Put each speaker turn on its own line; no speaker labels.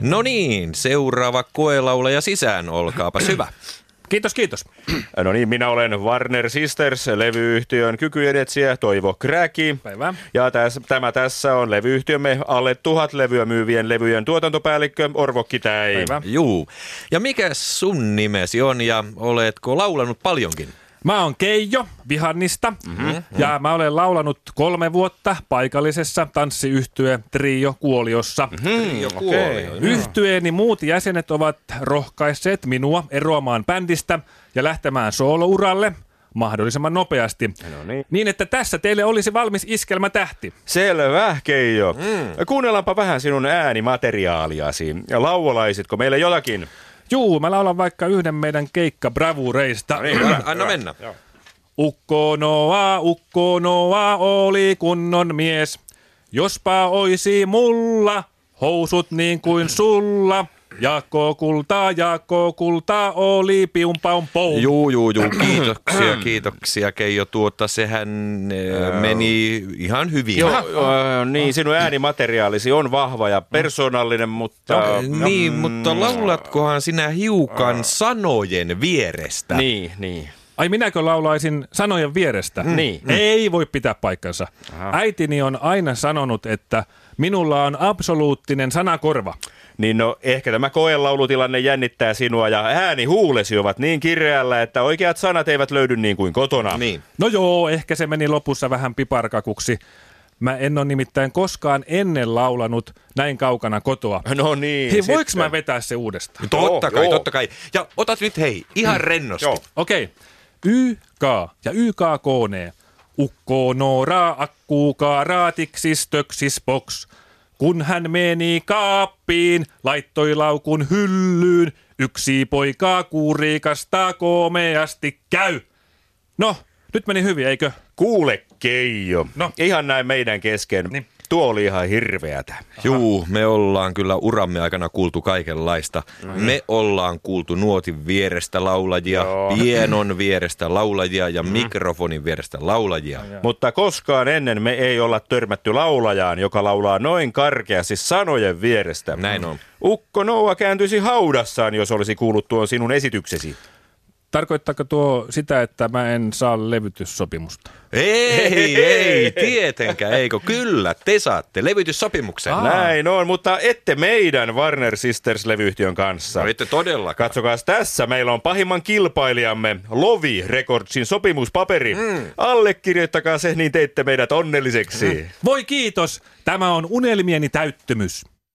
No niin, seuraava koelaulaja sisään, olkaapa hyvä.
Kiitos, kiitos.
No niin, minä olen Warner Sisters, levyyhtiön kykyjedetsiä Toivo Kräki.
Päivää.
Ja täs, tämä tässä on levyyhtiömme alle tuhat levyä myyvien levyjen tuotantopäällikkö Orvo Kitäi.
Päivää.
Juu. Ja mikä sun nimesi on ja oletko laulanut paljonkin?
Mä oon Keijo Vihannista
Mhm,
mm-hmm. ja mä olen laulanut kolme vuotta paikallisessa tanssiyhtye Trio Kuoliossa.
Mhm, Mm,
Mm-hmm.
Jo
Yhtyeeni muut jäsenet ovat rohkaisseet minua eroamaan bändistä ja lähtemään soolouralle mahdollisimman nopeasti.
No niin.
Niin, että tässä teille olisi valmis iskelmä tähti.
Selvä, Keijo. Mm. Kuunnellaanpa vähän sinun äänimateriaaliasi. Ja Laulolaisitko meille jotakin?
Juu, mä laulan vaikka yhden meidän keikka bravureista.
No niin.
Anna mennä.
Ukko Noa, Ukko Noa oli kunnon mies. Jospa oisi mulla housut niin kuin sulla. Jaakko kultaa, Jaakko kultaa oli piumpaun pou.
Juu, juu, juu. Kiitoksia, kiitoksia Keijo. Tuota, sehän eh, meni ihan hyvin.
Ö, niin, sinun äänimateriaalisi on vahva ja persoonallinen, mutta... mm.
Niin, mutta laulatkohan sinä hiukan sanojen vierestä?
Niin, niin.
Ai minäkö laulaisin sanojen vierestä?
Niin.
Ei voi pitää paikkansa. Äitini on aina sanonut, että minulla on absoluuttinen sanakorva.
Niin no, ehkä tämä koelaulutilanne jännittää sinua ja ääni huulesi ovat niin kireällä, että oikeat sanat eivät löydy niin kuin kotona.
Niin.
No joo, ehkä se meni lopussa vähän piparkakuksi. Mä en ole nimittäin koskaan ennen laulanut näin kaukana kotoa.
No niin.
Hei, voiko
sitten.
mä vetää se uudestaan?
Totta
Joo,
kai,
joo. Mm.
totta kai. Ja otat nyt hei, ihan rennosti.
Joo.
Okei. YK ja YK koonee. Ukko nooraa akkuukaa raatiksis töksis boks. Kun hän meni kaappiin, laittoi laukun hyllyyn. Yksi poikaa kuuriikasta komeasti käy. No, nyt meni hyvin, eikö?
Kuule, Keijo.
No.
Ihan näin meidän kesken.
Niin.
Tuo oli ihan hirveätä.
Juu, me ollaan kyllä uramme aikana kuultu kaikenlaista. Me ollaan kuultu nuotin vierestä laulajia,
Joo.
pienon vierestä laulajia ja mikrofonin vierestä laulajia.
Mutta koskaan ennen me ei olla törmätty laulajaan, joka laulaa noin karkeasti sanojen vierestä.
Näin on.
Ukko Noua kääntyisi haudassaan, jos olisi kuullut tuon sinun esityksesi.
Tarkoittaako tuo sitä, että mä en saa levytyssopimusta?
Ei, ei, tietenkään, eikö? Kyllä, te saatte levytyssopimuksen.
Ah.
Aa.
Näin on, mutta ette meidän Warner Sisters-levyyhtiön kanssa.
No ette todellakaan.
Katsokaa tässä, meillä on pahimman kilpailijamme Lovi Recordsin sopimuspaperi. Mm. Allekirjoittakaa se, niin teitte meidät onnelliseksi.
Voi kiitos! Tämä on unelmieni täyttymys.